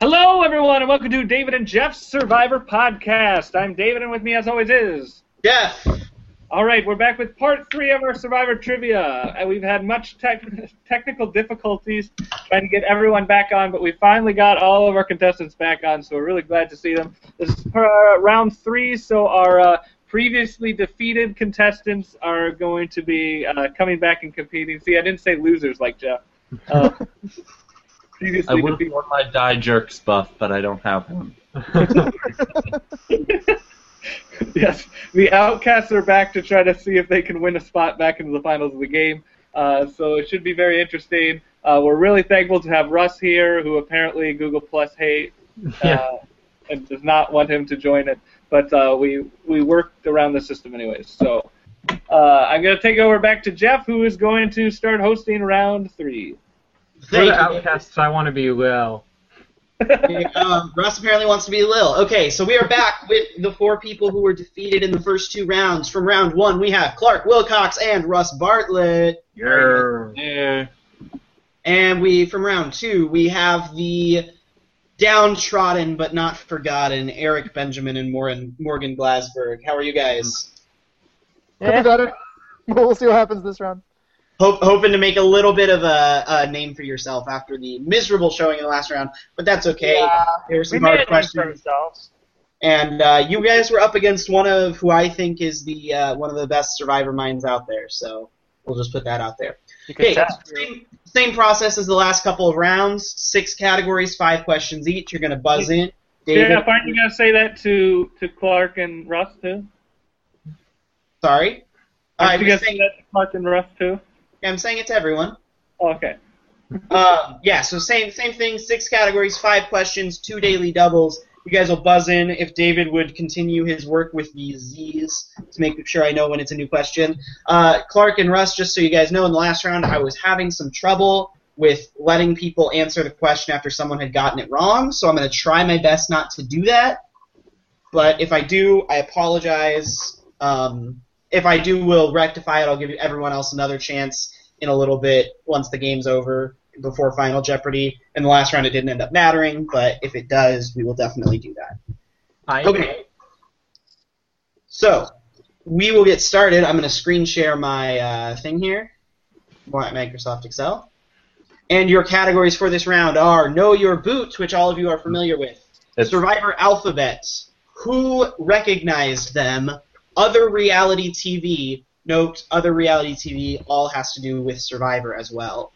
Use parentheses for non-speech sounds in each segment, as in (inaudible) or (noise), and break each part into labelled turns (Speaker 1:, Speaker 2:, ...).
Speaker 1: Hello, everyone, and welcome to David and Jeff's Survivor Podcast. I'm David, and with me, as always, is.
Speaker 2: Jeff.
Speaker 1: All right, we're back with part three of our Survivor trivia. And We've had much tech- (laughs) technical difficulties trying to get everyone back on, but we finally got all of our contestants back on, so we're really glad to see them. This is uh, round three, so our uh, previously defeated contestants are going to be uh, coming back and competing. See, I didn't say losers like Jeff. Uh,
Speaker 3: I
Speaker 1: previously
Speaker 3: would have
Speaker 1: defeated.
Speaker 3: worn my die jerks buff, but I don't have him.
Speaker 1: (laughs) yes, the Outcasts are back to try to see if they can win a spot back into the finals of the game. Uh, so it should be very interesting. Uh, we're really thankful to have Russ here, who apparently Google Plus hate uh, and does not want him to join it. But uh, we we worked around the system anyways. So uh, I'm going to take over back to Jeff, who is going to start hosting round three. (laughs)
Speaker 4: For
Speaker 2: Thank
Speaker 4: the
Speaker 2: you.
Speaker 4: outcasts, I want to be Lil.
Speaker 2: Um, Russ apparently wants to be Lil. Okay, so we are back with the four people who were defeated in the first two rounds. From round one, we have Clark Wilcox and Russ Bartlett.
Speaker 3: Yeah.
Speaker 2: And we, from round two, we have the downtrodden but not forgotten Eric Benjamin and Morgan, Morgan Glasberg. How are you guys?
Speaker 5: Could be better. But we'll see what happens this round.
Speaker 2: Hope, hoping to make a little bit of a, a name for yourself after the miserable showing in the last round, but that's okay. there were some hard questions.
Speaker 5: ourselves.
Speaker 2: and uh, you guys were up against one of who I think is the uh, one of the best survivor minds out there. So we'll just put that out there.
Speaker 5: You
Speaker 2: Okay, same, same process as the last couple of rounds. Six categories, five questions each. You're gonna buzz in. David,
Speaker 1: Jeff, aren't you going to say that to, to Clark and Russ, too?
Speaker 2: sorry.
Speaker 1: Aren't
Speaker 2: I'm
Speaker 1: you going to say
Speaker 2: saying,
Speaker 1: that to Clark and Russ, too? Oh,
Speaker 2: I'm saying it to everyone.
Speaker 1: Okay.
Speaker 2: Um, yeah, so same same thing. Six categories, five questions, two daily doubles. You guys will buzz in if David would continue his work with the Z's to make sure I know when it's a new question. Uh, Clark and Russ, just so you guys know, in the last round I was having some trouble with letting people answer the question after someone had gotten it wrong, so I'm going to try my best not to do that. But if I do, I apologize. Um, if I do, we'll rectify it. I'll give everyone else another chance in a little bit once the game's over before Final Jeopardy. In the last round, it didn't end up mattering, but if it does, we will definitely do that.
Speaker 4: I
Speaker 2: Okay. So we will get started. I'm going to screen share my uh, thing here, my Microsoft Excel. And your categories for this round are Know Your Boots, which all of you are familiar with,
Speaker 3: It's,
Speaker 2: Survivor Alphabet, Who Recognized Them, Other Reality TV. Note, Other Reality TV all has to do with Survivor as well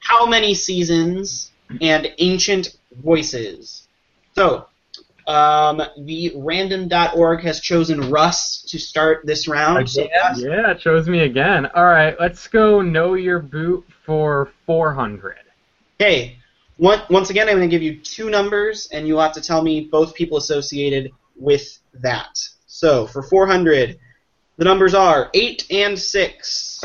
Speaker 2: how many seasons and ancient voices. So, um, the random.org has chosen Russ to start this round. So Russ,
Speaker 4: Yeah, it chose me again. All right, let's go. Know your boot for 400.
Speaker 2: okay. One, once again, I'm going to give you two numbers, and you'll have to tell me both people associated with that. So, for 400, the numbers are 8 and 6.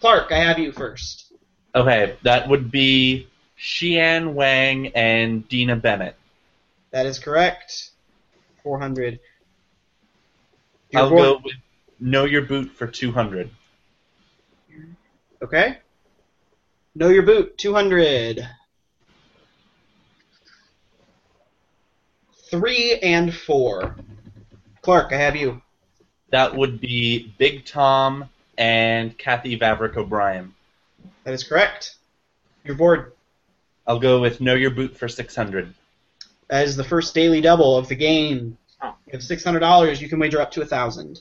Speaker 2: Clark, I have you first.
Speaker 3: okay, that would be Xian Wang and Dina Bennett.
Speaker 2: That is correct. 400.
Speaker 3: I'll
Speaker 2: Your
Speaker 3: go with Know Your Boot for 200.
Speaker 2: Okay. Know your boot, 200. Three and four. Clark, I have you.
Speaker 3: That would be Big Tom and Kathy Vavrick O'Brien.
Speaker 2: That is correct. You're bored.
Speaker 3: I'll go with Know Your Boot for 600.
Speaker 2: That is the first daily double of the game.
Speaker 4: Oh.
Speaker 2: You have $600. You can wager up to a 1000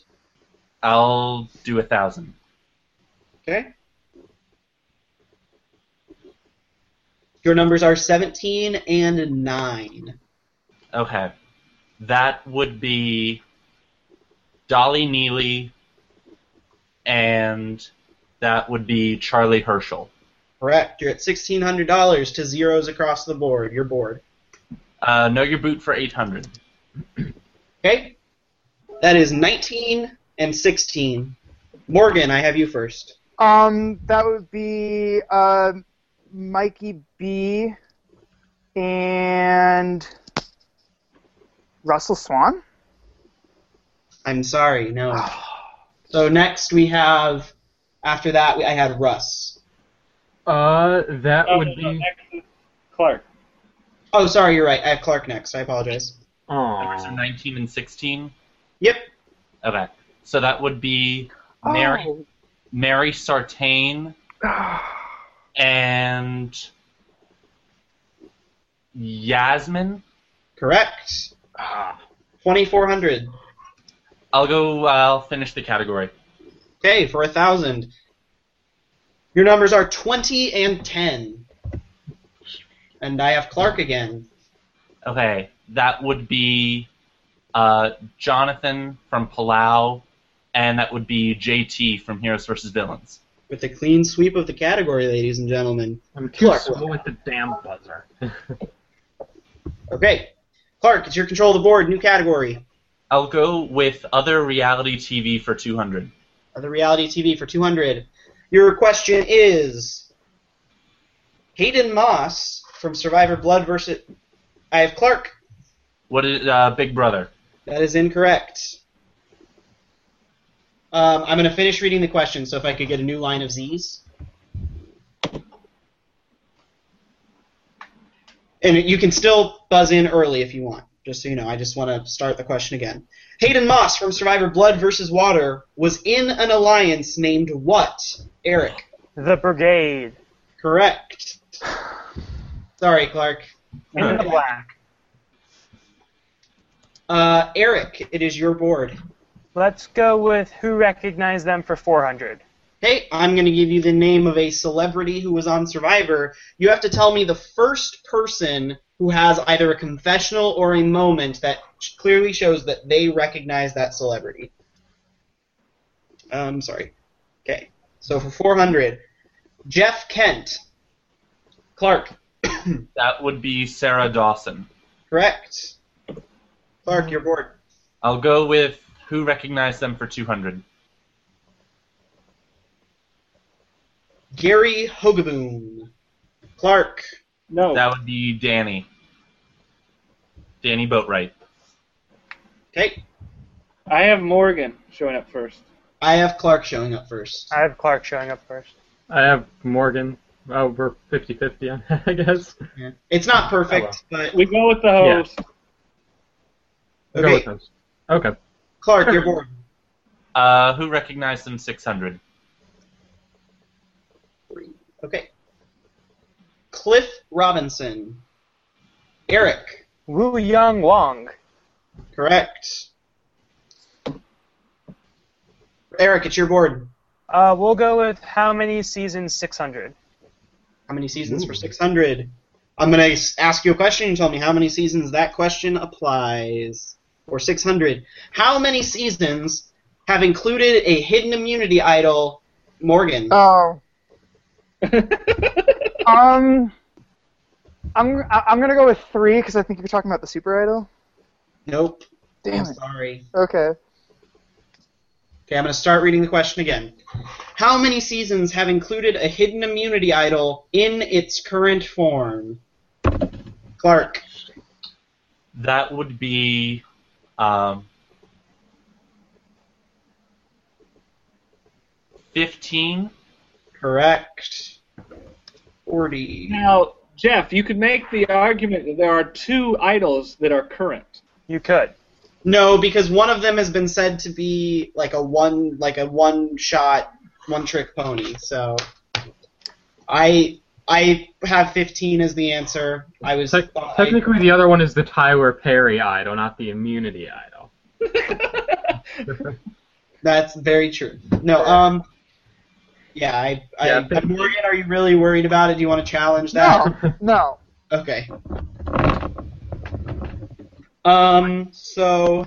Speaker 3: I'll do a 1,000.
Speaker 2: Okay? Your numbers are 17 and 9.
Speaker 3: Okay. That would be Dolly Neely and that would be Charlie Herschel.
Speaker 2: Correct. You're at $1,600 to zeros across the board. You're bored.
Speaker 3: Uh, know your boot for 800.
Speaker 2: Okay. That is 19 and 16. Morgan, I have you first.
Speaker 5: Um, that would be uh, Mikey B and Russell Swan.
Speaker 2: I'm sorry, no. So next we have, after that, we, I had Russ.
Speaker 4: Uh, that
Speaker 1: Oh,
Speaker 4: would
Speaker 1: no, no,
Speaker 4: be
Speaker 1: next is Clark.
Speaker 2: Oh, sorry, you're right. I have Clark next. I apologize.
Speaker 3: Numbers are
Speaker 4: Aww.
Speaker 3: 19 and 16.
Speaker 2: Yep.
Speaker 3: Okay. So that would be Mary,
Speaker 6: Oh.
Speaker 3: Mary Sartain and Yasmin.
Speaker 2: Correct. 2400.
Speaker 3: I'll go. I'll finish the category.
Speaker 2: Okay, for a thousand. Your numbers are twenty and ten. And I have Clark again.
Speaker 3: Okay, that would be uh, Jonathan from Palau, and that would be JT from Heroes vs. Villains.
Speaker 2: With a clean sweep of the category, ladies and gentlemen.
Speaker 4: (sighs) I'm too
Speaker 2: Clark.
Speaker 4: slow with the damn buzzer. (laughs)
Speaker 2: Okay. Clark, it's your control of the board, new category.
Speaker 3: I'll go with other reality TV for 200.
Speaker 2: Other reality TV for two hundred. Your question is Hayden Moss from Survivor Blood versus I have Clark.
Speaker 3: What is uh, Big Brother?
Speaker 2: That is incorrect. Um, I'm going to finish reading the question, so if I could get a new line of Z's. And you can still buzz in early if you want, just so you know. I just want to start the question again. Hayden Moss from Survivor Blood versus Water was in an alliance named what? Eric.
Speaker 5: The brigade
Speaker 2: Correct. Sorry, Clark.
Speaker 5: in the
Speaker 2: Mm-hmm.
Speaker 5: black.
Speaker 2: Uh, Eric, it is your board.
Speaker 6: Let's go with who recognized them for 400.
Speaker 2: Hey, I'm going to give you the name of a celebrity who was on Survivor. You have to tell me the first person who has either a confessional or a moment that sh- clearly shows that they recognize that celebrity. Um, sorry. Okay. So for 400, Jeff Kent. Clark,
Speaker 3: That would be Sarah Dawson.
Speaker 2: correct. Clark, you're bored.
Speaker 3: I'll go with who recognized them for 200.
Speaker 2: Gary Hogaboom. Clark,
Speaker 1: No.
Speaker 3: That would be Danny. Danny Boatwright.
Speaker 2: okay.
Speaker 1: I have Morgan showing up first.
Speaker 2: I have Clark showing up first.
Speaker 6: I have Clark showing up first.
Speaker 4: I have Morgan. Oh, we're 50-50 on that, (laughs) I guess.
Speaker 2: Yeah. It's not perfect, but
Speaker 1: We go with the host.
Speaker 4: Go
Speaker 2: Okay.
Speaker 4: with those. Okay.
Speaker 2: Clark, you're bored.
Speaker 3: Uh, who recognized them 600?
Speaker 2: Okay. Cliff Robinson. Eric.
Speaker 6: Wu Young Wong.
Speaker 2: Correct. Eric, it's your board.
Speaker 6: Uh, we'll go with how many seasons 600.
Speaker 2: How many seasons for 600? I'm going to ask you a question and tell me how many seasons that question applies. Or 600. How many seasons have included a hidden immunity idol, Morgan?
Speaker 5: Oh. um. I'm I- I'm gonna go with three because I think you're talking about the super idol.
Speaker 2: nope.
Speaker 5: Damn
Speaker 2: I'm
Speaker 5: it.
Speaker 2: sorry.
Speaker 5: Okay.
Speaker 2: Okay, I'm going to start reading the question again. How many seasons have included a hidden immunity idol in its current form? Clark,
Speaker 3: That would be. Um, 15?
Speaker 2: correct. 40.
Speaker 1: (laughs) Now, Jeff, you could make the argument that there are two idols that are current.
Speaker 6: You could.
Speaker 2: No, because one of them has been said to be like a one like a one shot, one trick pony. So I I have 15 as the answer. I was
Speaker 4: Te-
Speaker 2: I-
Speaker 4: technically, the other one is the Tyler Perry idol, not the immunity
Speaker 1: (laughs)
Speaker 4: idol.
Speaker 2: That's very true. No, um, yeah, I, I,
Speaker 4: Yeah, but-
Speaker 2: Morgan, are you really worried about it? Do you want to challenge that?
Speaker 5: No, no.
Speaker 2: Okay. Um, so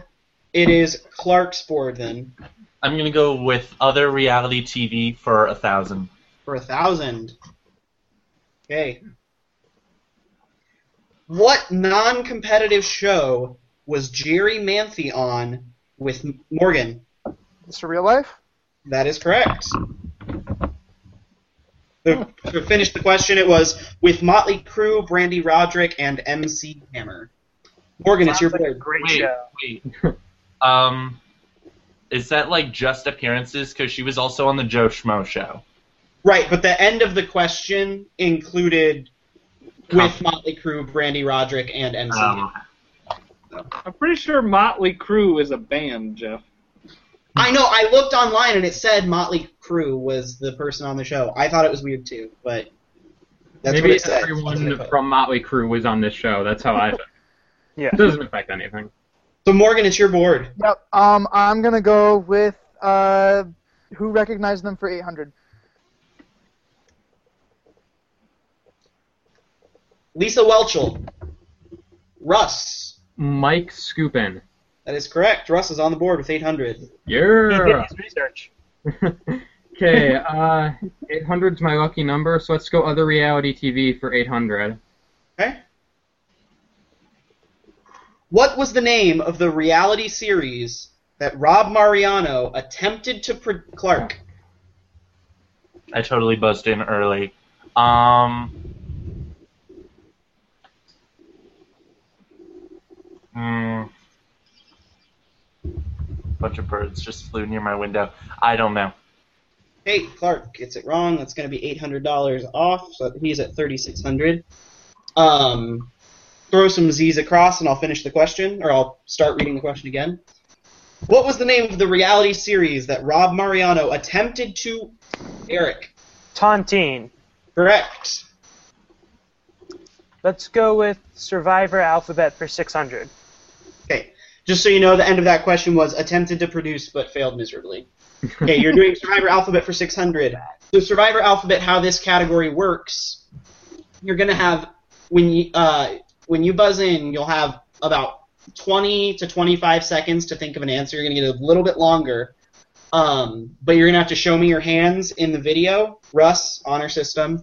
Speaker 2: it is Clark's board then
Speaker 3: I'm gonna go with other reality TV for a thousand.
Speaker 2: for a thousand. Okay. What non-competitive show was Jerry Manthe on with M- Morgan?
Speaker 5: This for real life?
Speaker 2: That is correct. To, to finish the question, it was with Motley Crue, Brandy Roderick, and MC Hammer. Morgan, it's your
Speaker 6: Sounds like a
Speaker 2: board.
Speaker 6: great
Speaker 3: Wait,
Speaker 6: show.
Speaker 3: wait. Um, is that like just appearances? Because she was also on the Joe Schmo show.
Speaker 2: Right, but the end of the question included with Motley Crue, Brandy Roderick, and MC.
Speaker 3: Um,
Speaker 1: I'm pretty sure Motley Crue is a band, Jeff.
Speaker 2: I know. I looked online and it said Motley Crue was the person on the show. I thought it was weird too, but that's what
Speaker 4: Maybe
Speaker 2: it said. That's what
Speaker 4: everyone
Speaker 2: it put.
Speaker 4: from Motley Crue was on this show. That's how I.
Speaker 2: (laughs)
Speaker 6: Yeah.
Speaker 4: It doesn't affect anything.
Speaker 2: So Morgan, it's your board.
Speaker 5: Yep. Um, I'm gonna go with uh, who recognized them for 800.
Speaker 2: Lisa Welchel, Russ.
Speaker 4: Mike Scoopin.
Speaker 2: That is correct. Russ is on the board with 800.
Speaker 6: He
Speaker 4: Yeah.
Speaker 2: (laughs)
Speaker 6: did his research.
Speaker 4: Okay, uh, 800's my lucky number, so let's go other reality TV for 800.
Speaker 2: Okay. What was the name of the reality series that Rob Mariano attempted to pro- Clark?
Speaker 3: I totally buzzed in early. Um, mm, bunch of birds just flew near my window. I don't know.
Speaker 2: Hey, Clark gets it wrong. That's going to be $800 off. So he's at 3600 Um, throw some Z's across, and I'll finish the question, or I'll start reading the question again. What was the name of the reality series that Rob Mariano attempted to Eric?
Speaker 6: Tontine.
Speaker 2: Correct.
Speaker 6: Let's go with Survivor Alphabet for 600.
Speaker 2: Okay. Just so you know, the end of that question was attempted to produce but failed miserably. Okay, you're doing Survivor Alphabet for 600. So Survivor Alphabet, how this category works, you're gonna have when you uh, when you buzz in, you'll have about 20 to 25 seconds to think of an answer. You're gonna get a little bit longer, um, but you're gonna have to show me your hands in the video, Russ, honor system,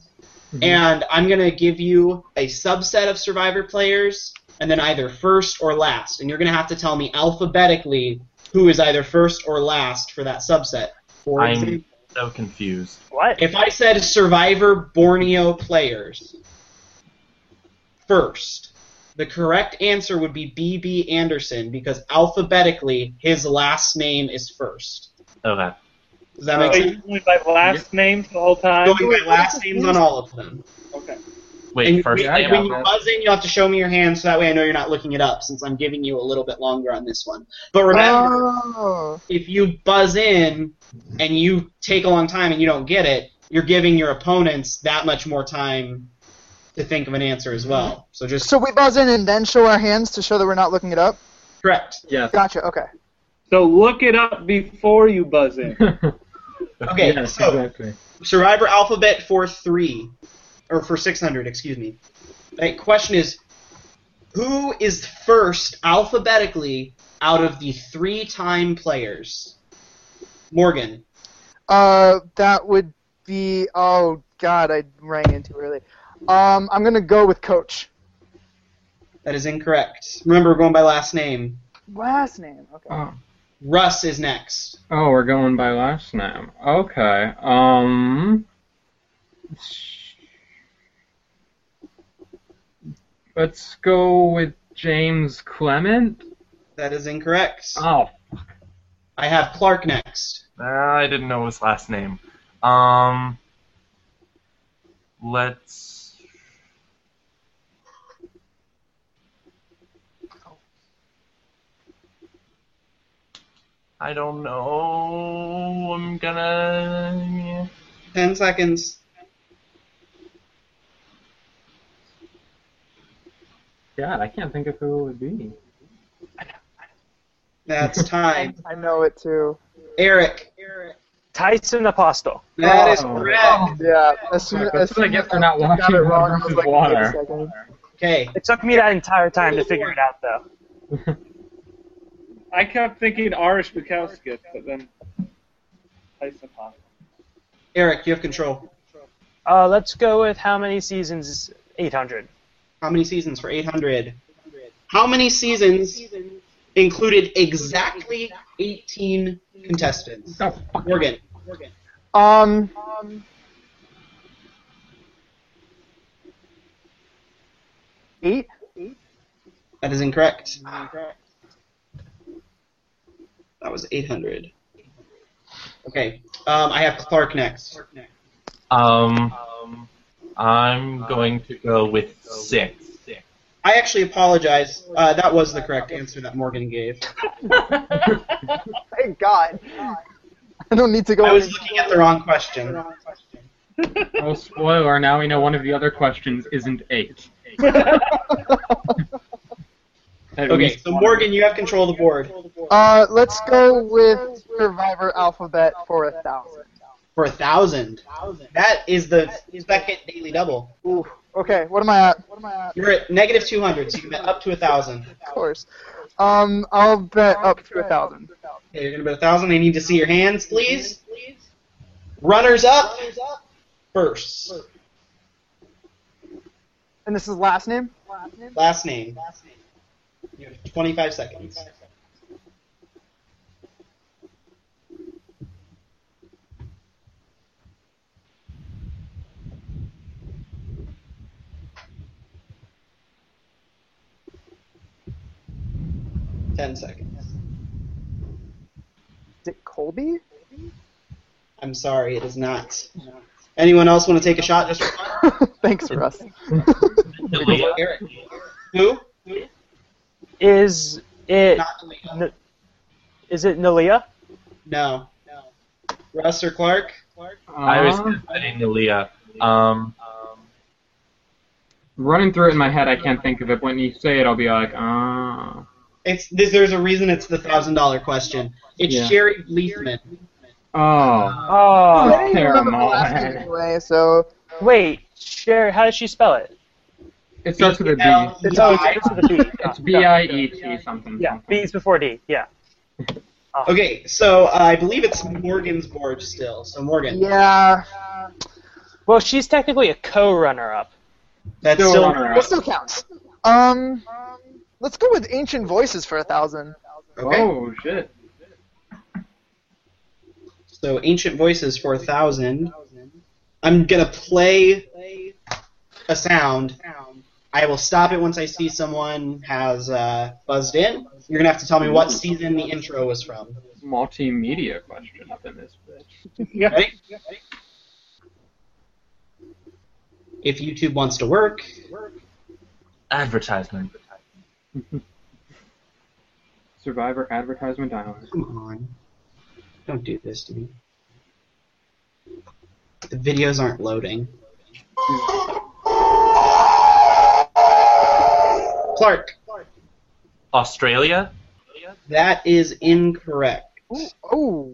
Speaker 2: and I'm gonna give you a subset of Survivor players, and then either first or last, and you're gonna have to tell me alphabetically who is either first or last for that subset. For
Speaker 3: I'm-
Speaker 2: example,
Speaker 3: So confused.
Speaker 6: What?
Speaker 2: if I said Survivor Borneo players first, the correct answer would be BB Anderson because alphabetically his last name is first.
Speaker 3: Okay.
Speaker 2: Does
Speaker 4: Uh,
Speaker 2: that make
Speaker 1: so
Speaker 2: sense?
Speaker 1: you went by last names the whole time.
Speaker 2: Going by last names on all of them.
Speaker 1: Okay.
Speaker 3: Wait,
Speaker 2: And
Speaker 3: first
Speaker 2: when,
Speaker 4: I
Speaker 3: name.
Speaker 2: when you
Speaker 4: Alpha.
Speaker 2: buzz in, you have to show me your hand so that way I know you're not looking it up since I'm giving you a little bit longer on this one. But remember,
Speaker 5: Oh.
Speaker 2: if you buzz in and you take a long time and you don't get it, you're giving your opponents that much more time to think of an answer as well. So just
Speaker 5: So we buzz in and then show our hands to show that we're not looking it up.
Speaker 2: correct.
Speaker 4: (laughs) Yes.
Speaker 5: Gotcha. Okay.
Speaker 1: So look it up before you buzz in.
Speaker 2: Okay,
Speaker 4: yes,
Speaker 2: so
Speaker 4: exactly.
Speaker 2: Survivor Alphabet for three, or for 600, excuse me. The question is, who is first alphabetically out of the three-time players? Morgan.
Speaker 5: Uh, that would be. Oh God, I rang in too early. Um, I'm gonna go with Coach.
Speaker 2: That is incorrect. Remember, we're going by last name.
Speaker 5: Last name. Okay.
Speaker 4: Oh.
Speaker 2: Russ is next.
Speaker 4: oh, we're going by last name. Okay. Um. Let's go with James Clement.
Speaker 2: That is incorrect.
Speaker 4: Oh,
Speaker 2: I have Clark next.
Speaker 3: Uh, I didn't know his last name. Um, let's. I don't know. I'm gonna.
Speaker 2: Ten seconds.
Speaker 4: God, I can't think of who it would (laughs) be.
Speaker 2: That's time.
Speaker 5: I know it too.
Speaker 2: Eric.
Speaker 6: Tyson Apostle.
Speaker 2: That is
Speaker 4: Oh.
Speaker 2: correct.
Speaker 5: Yeah. As soon
Speaker 4: That's
Speaker 5: as
Speaker 4: what I
Speaker 5: soon
Speaker 4: get
Speaker 5: as
Speaker 4: for not
Speaker 5: I got
Speaker 4: watching
Speaker 5: it wrong, I was
Speaker 4: versus
Speaker 5: like,
Speaker 4: water.
Speaker 5: wait a second.
Speaker 2: Okay.
Speaker 6: It took me that entire time to figure it out, though.
Speaker 1: I kept thinking Irish Bukowskis, but then Tyson Hopper.
Speaker 2: Eric, you have control.
Speaker 6: Uh, let's go with how many seasons? 800.
Speaker 2: How many seasons for 800? How many seasons included exactly 18 contestants?
Speaker 4: Oh, fuck.
Speaker 2: Morgan.
Speaker 5: Um, eight.
Speaker 2: That is incorrect. That was 800. Okay. Um, I have Clark next.
Speaker 3: Um, I'm going to go with six.
Speaker 2: I actually apologize. Uh, that was the correct answer that Morgan gave.
Speaker 5: Thank God. (laughs) I don't need to go.
Speaker 2: I was
Speaker 5: any-
Speaker 2: looking at the wrong question.
Speaker 4: Oh, spoiler! Now we know one of the other questions isn't eight.
Speaker 5: (laughs)
Speaker 4: At
Speaker 2: Okay,
Speaker 4: least
Speaker 2: so
Speaker 4: one.
Speaker 2: Morgan, you have control of the board
Speaker 5: Uh, let's go with Survivor Alphabet for a thousand.
Speaker 2: for a thousand. That is the second daily double.
Speaker 5: Ooh. Okay, what am I at? What am I at?
Speaker 2: You're at negative 200, so you can bet up to a thousand.
Speaker 5: Of course. Um, I'll bet up to a thousand.
Speaker 2: Okay, you're gonna bet a thousand. I need to see your hands, please. Runners up first.
Speaker 5: And this is last name.
Speaker 2: Last name. You have 25 seconds. Ten seconds.
Speaker 5: Is it Colby? (laughs)
Speaker 2: I'm sorry, it is not. Anyone else want to take a shot? Just for fun?
Speaker 5: Thanks, Russ.
Speaker 3: Aaliyah.
Speaker 2: Eric. Who?
Speaker 6: Is it
Speaker 2: Not Leo.
Speaker 6: N- is it Nalia?
Speaker 2: No. Russ or Clark?
Speaker 3: I was
Speaker 4: Uh,
Speaker 3: betting Aaliyah. Um,
Speaker 4: running through it in my head. I can't think of it. When you say it, I'll be like, ah.
Speaker 2: It's this, there's a reason it's the thousand dollar question. It's
Speaker 4: Yeah.
Speaker 2: Sherry Leithman.
Speaker 4: Oh.
Speaker 5: I
Speaker 6: Oh
Speaker 5: didn't even remember her last name
Speaker 4: Pheromone.
Speaker 5: anyway, so
Speaker 6: wait, Sherry. How does she spell it?
Speaker 4: It starts with a
Speaker 2: B-L-
Speaker 4: B.
Speaker 6: It's oh, it's, it's the B.
Speaker 4: It's B I E T something.
Speaker 6: Yeah,
Speaker 4: something.
Speaker 6: B is before D. Yeah.
Speaker 2: Okay, so uh, I believe it's Morgan's board still. So Morgan,
Speaker 5: yeah,
Speaker 6: Well, she's technically a co-runner-up.
Speaker 2: that's
Speaker 4: Still
Speaker 2: still
Speaker 4: runner-up.
Speaker 5: this still counts. Um, let's go with Ancient Voices for a thousand.
Speaker 2: okay.
Speaker 4: Oh shit.
Speaker 2: So Ancient Voices for a thousand. I'm gonna play a sound. I will stop it once I see someone has uh, buzzed in. You're gonna have to tell me what season the intro was from.
Speaker 4: Multimedia question up in this bitch.
Speaker 1: Yeah.
Speaker 2: Ready? If YouTube wants to work,
Speaker 3: advertisement.
Speaker 4: Survivor advertisement dialogue.
Speaker 2: come on. Don't do this to me. The videos aren't loading. Clark,
Speaker 3: Australia.
Speaker 2: that is incorrect.
Speaker 5: Oh,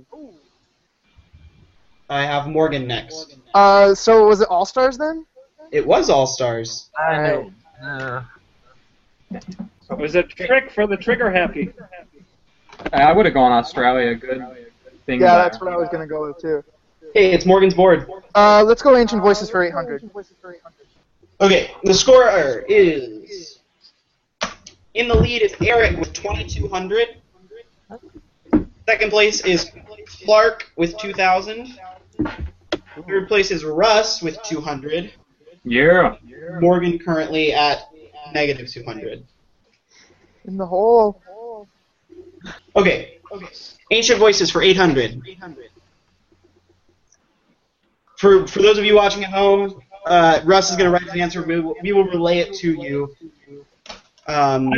Speaker 2: I have Morgan next.
Speaker 5: uh, so was it All Stars then?
Speaker 2: It was All Stars.
Speaker 3: I know. Uh,
Speaker 1: (laughs) It was a trick for the trigger happy.
Speaker 4: I, I would have gone Australia. Good thing.
Speaker 5: Yeah,
Speaker 4: there.
Speaker 5: that's what I was gonna go with too.
Speaker 2: Hey, it's Morgan's board.
Speaker 5: Uh, let's go Ancient Voices for 800.
Speaker 2: Okay, the scorer is in the lead is Eric with 2200. Second place is Clark with 2000. Third place is Russ with 200.
Speaker 4: Yeah.
Speaker 2: Morgan currently at negative 200.
Speaker 5: In the hole.
Speaker 2: Okay. Ancient Voices for 800. For, for those of you watching at home, uh, Russ is going to write the answer. We will, we will relay it to you. Um,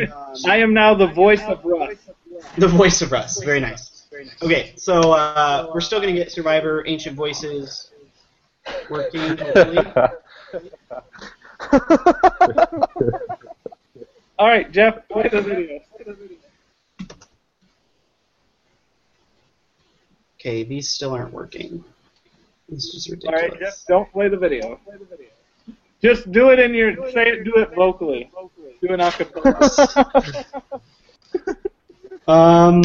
Speaker 1: I am now the voice of Russ.
Speaker 2: (laughs) the voice of Russ. Very nice. Okay, so uh, we're still going to get Survivor Ancient Voices working, hopefully.
Speaker 1: All right, Jeff, play the video.
Speaker 2: Okay, these still aren't working. This is
Speaker 1: All
Speaker 2: ridiculous.
Speaker 1: right, Jeff, don't play the video. Just do it in your say it. Do it vocally. Do an
Speaker 5: (laughs)
Speaker 1: acapella.
Speaker 2: Um,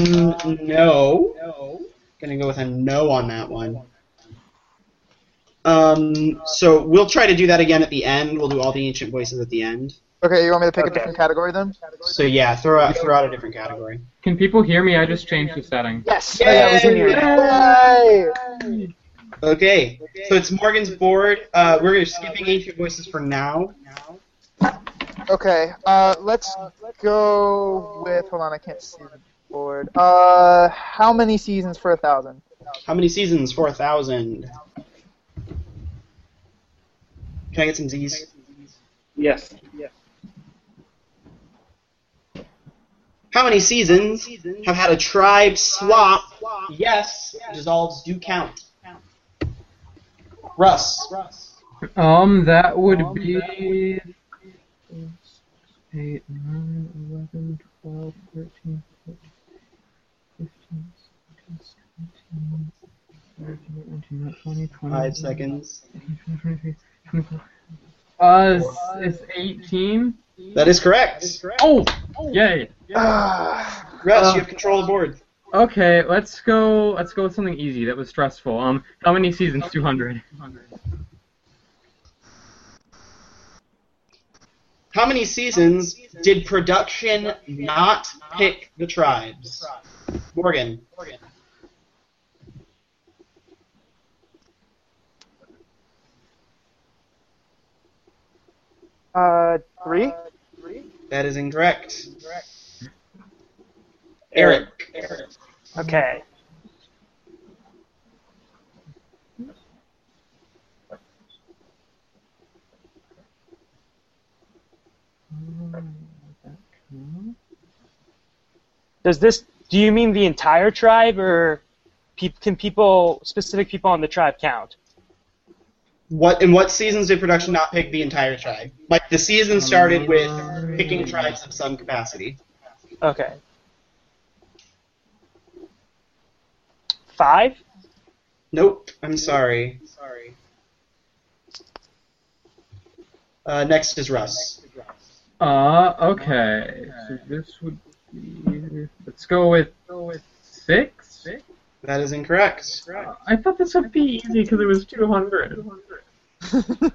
Speaker 2: no. No. Gonna go with a no on that one. Um, so we'll try to do that again at the end. We'll do all the ancient voices at the end.
Speaker 5: Okay, you want me to pick a
Speaker 6: Okay.
Speaker 5: different category then?
Speaker 2: So yeah, throw out throw out a different category.
Speaker 4: Can people hear me? I just changed the setting.
Speaker 5: Yes.
Speaker 2: Yay!
Speaker 5: Oh, yeah, we can hear you.
Speaker 2: Okay. So it's Morgan's board. Uh, we're skipping ancient voices for now.
Speaker 5: Okay, uh, let's go with. Hold on, I can't see the board. Uh, how many seasons for a thousand?
Speaker 2: How many seasons? Four thousand. Can I get some Z's?
Speaker 1: Yes.
Speaker 2: How many seasons have had a tribe swap? Yes, dissolves do count. Russ.
Speaker 4: Um, that would be. Eight, nine, 11, 12, 13, 14, 15, 16, 17, 18, 19, 20, 21,
Speaker 2: Five seconds.
Speaker 4: 22, 23, 24. Uh, it's it's 18?
Speaker 2: That is correct.
Speaker 4: Oh! Yay!
Speaker 5: (sighs) Ah.
Speaker 2: Russ, you have control of the board.
Speaker 4: Okay, let's go. Let's go with something easy that was stressful. Um, how many seasons? Two hundred.
Speaker 2: How many seasons did production not pick the tribes? Morgan.
Speaker 5: uh, (laughs) three.
Speaker 2: That is incorrect. Eric.
Speaker 6: Okay. Does this? Do you mean the entire tribe, or peop can people, specific people on the tribe, count?
Speaker 2: What in what seasons did production not pick the entire tribe? Like the season started with picking tribes of some capacity.
Speaker 6: Okay. Five.
Speaker 2: Nope. I'm sorry. Sorry. Uh, next is Russ.
Speaker 4: Uh, okay. So this would be. Let's go with. Go with six.
Speaker 2: That is incorrect.
Speaker 4: Uh, I thought this would be easy because it was two hundred.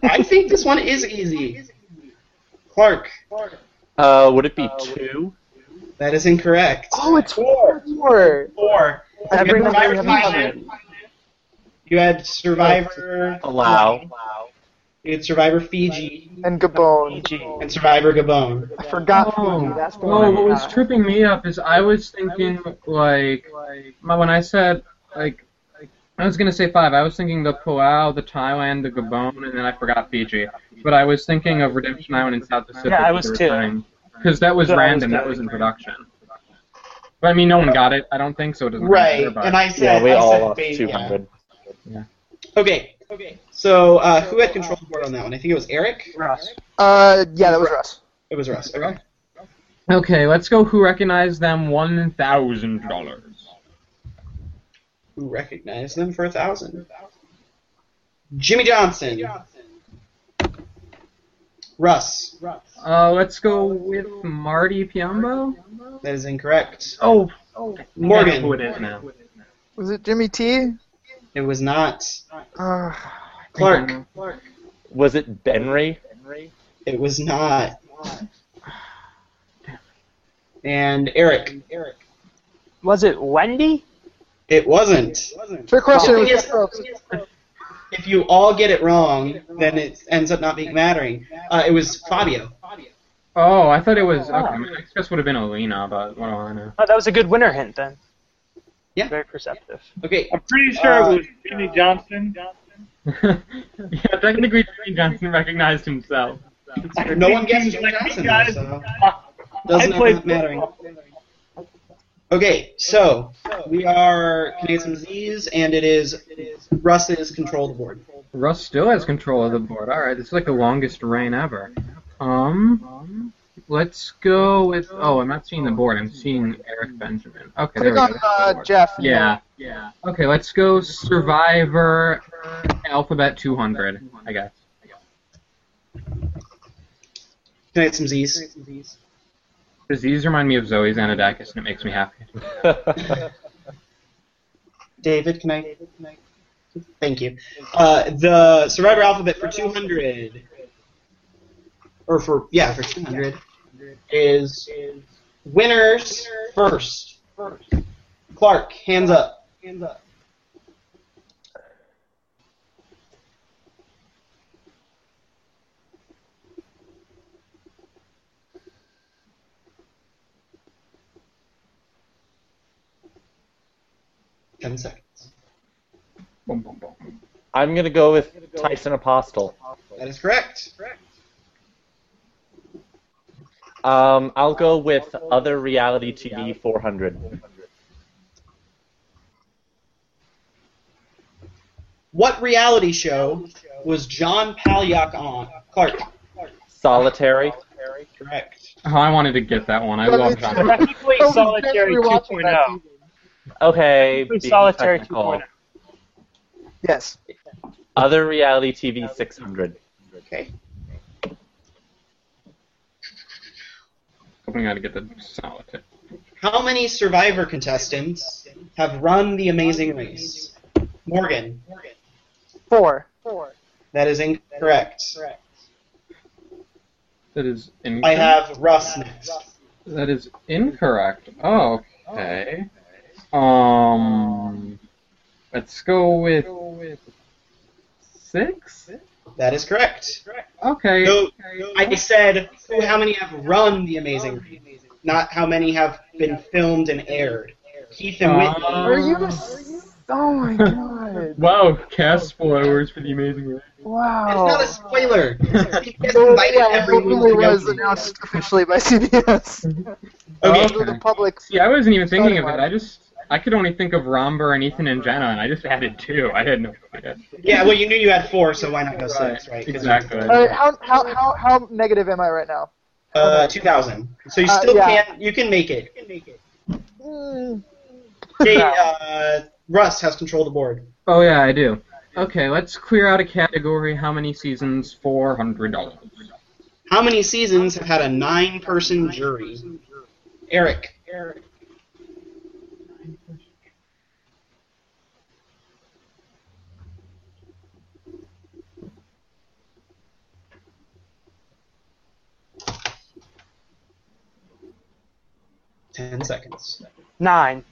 Speaker 2: I think this one is easy. Clark.
Speaker 3: Uh, would it be two?
Speaker 2: That is incorrect.
Speaker 5: Oh, it's four. Four.
Speaker 2: Four.
Speaker 6: Everyone
Speaker 2: Survivor
Speaker 6: have
Speaker 2: Thailand. You had Survivor.
Speaker 3: Allow.
Speaker 2: You had Survivor Fiji
Speaker 5: And Gabon.
Speaker 2: and Survivor Gabon.
Speaker 5: I forgot
Speaker 4: Oh.
Speaker 5: Fiji. That's the one
Speaker 4: Well,
Speaker 5: I
Speaker 4: what was
Speaker 5: forgot.
Speaker 4: tripping me up is I was thinking like, my, when I said like, I was gonna say five. I was thinking the Palau, the Thailand, the Gabon, and then I forgot Fiji. But I was thinking of Redemption Island in South Pacific.
Speaker 6: Yeah, I was too.
Speaker 4: Because that was
Speaker 6: Yeah, I was
Speaker 4: random. that
Speaker 6: too.
Speaker 4: was in production. But I mean, no one got it. I don't think so. It doesn't
Speaker 2: Right.
Speaker 4: matter. but-
Speaker 2: And I said,
Speaker 3: Yeah, we
Speaker 2: I
Speaker 3: all
Speaker 2: said
Speaker 3: lost
Speaker 2: Fiji.
Speaker 3: two hundred.
Speaker 2: Okay. Okay. So uh, who had control of the board on that one? I think it was Eric.
Speaker 6: Russ.
Speaker 5: Uh, yeah, that was Russ.
Speaker 2: It was Russ. Okay.
Speaker 4: Okay, let's go. Who recognized them? One thousand dollars.
Speaker 2: Who recognized them for a thousand? Jimmy Johnson. Russ.
Speaker 4: Uh, let's go with Marty Piombo.
Speaker 2: That is incorrect.
Speaker 4: Oh,
Speaker 2: Morgan.
Speaker 3: Oh.
Speaker 4: Who it is now?
Speaker 5: Was it Jimmy T?
Speaker 2: It was not.
Speaker 5: Uh,
Speaker 2: Clark.
Speaker 3: Was it Benry?
Speaker 2: It was not. And Eric. Eric.
Speaker 6: Was it Wendy?
Speaker 2: It wasn't.
Speaker 5: trick question. It was
Speaker 2: Yes.
Speaker 5: Jeff Probst.
Speaker 2: If you all get it wrong, then it ends up not being mattering. Uh, it was Fabio.
Speaker 4: Oh, I thought it was. Okay,
Speaker 6: Ah.
Speaker 4: my next guess would have been Alina, but what do I know? (laughs)
Speaker 6: Oh, that was a good winner hint then.
Speaker 2: Yeah.
Speaker 6: Very perceptive.
Speaker 2: Okay.
Speaker 1: I'm pretty sure
Speaker 2: Uh,
Speaker 1: it was Jimmy Johnson.
Speaker 4: yeah, technically, Jimmy Johnson recognized himself.
Speaker 2: No one guessed Jimmy Johnson. though, so
Speaker 1: uh,
Speaker 2: doesn't
Speaker 1: I played
Speaker 2: end up mattering. Okay, so we are Canadian some Z's, and it is Russ's control the board.
Speaker 4: Russ still has control of the board. All right, this is like the longest reign ever. Um, let's go with. Oh, I'm not seeing the board. I'm seeing Eric Benjamin. Okay, there
Speaker 5: Click
Speaker 4: we go.
Speaker 5: on uh, Jeff.
Speaker 4: Yeah. Yeah. Okay, let's go Survivor Alphabet 200. I guess.
Speaker 2: Can I get some Z's?
Speaker 4: Does these remind me of Zoe Xanadakis, and it makes me happy.
Speaker 2: David, can I? Thank you. Uh, the Survivor alphabet for 200, or for yeah, for 200 is winners first. Clark, hands up. Hands up. Ten seconds.
Speaker 4: Boom, boom, boom.
Speaker 3: I'm gonna go with Tyson Apostle.
Speaker 2: That is correct.
Speaker 7: Um, I'll go with other reality TV 400.
Speaker 2: What reality show was John Palyak on? Clark.
Speaker 7: Solitary.
Speaker 2: Correct.
Speaker 4: Oh, I wanted to get that one. I love John.
Speaker 6: Technically
Speaker 5: Toby's
Speaker 6: solitary oh.
Speaker 5: definitely watching that
Speaker 6: 2.0.
Speaker 5: season.
Speaker 7: Okay. being
Speaker 6: Solitary
Speaker 7: technical.
Speaker 6: 2.0.
Speaker 5: Yes.
Speaker 7: Other reality TV 600.
Speaker 2: Okay.
Speaker 4: (laughs) Hoping I to get the solitaire.
Speaker 2: How many Survivor contestants have run the Amazing Race? Morgan.
Speaker 5: Four.
Speaker 2: That is incorrect.
Speaker 4: That is
Speaker 2: I
Speaker 4: incorrect.
Speaker 2: have Russ next.
Speaker 4: That is incorrect. Oh, okay. Um, let's go with six.
Speaker 2: That is correct.
Speaker 4: Okay.
Speaker 2: No, I said who- how many have run the Amazing Race, not how many have been filmed and aired. Keith and Whitney.
Speaker 5: Are you?
Speaker 4: Um,
Speaker 5: Oh (laughs) my god!
Speaker 4: Wow, cast spoilers for the Amazing Race.
Speaker 5: Wow.
Speaker 2: It's not a spoiler. You guys
Speaker 5: So,
Speaker 2: invited
Speaker 5: Oh, yeah, it
Speaker 2: everyone
Speaker 5: really
Speaker 2: to go
Speaker 5: was
Speaker 2: to it.
Speaker 5: announced officially by (laughs) CBS.
Speaker 2: Okay.
Speaker 5: To the public.
Speaker 4: See, I wasn't even thinking of it. I just, I could only think of Romber and Ethan and Jenna, and I just added two. I had no idea.
Speaker 2: Yeah, well, you knew you had four, so why not go six, right? 'Cause
Speaker 4: Exactly.
Speaker 5: All right, how, how, how, how negative am I right now?
Speaker 2: Uh, 2,000. So you
Speaker 5: Uh,
Speaker 2: still
Speaker 5: yeah.
Speaker 2: can't, you can make it.
Speaker 5: Mm,
Speaker 2: Hmm. Jay, uh, Russ has control of the board.
Speaker 4: Oh yeah, I do. Okay, let's clear out a category. How many seasons? Four hundred dollars.
Speaker 2: How many seasons have had a nine person jury? Eric. Ten seconds.
Speaker 6: Nine.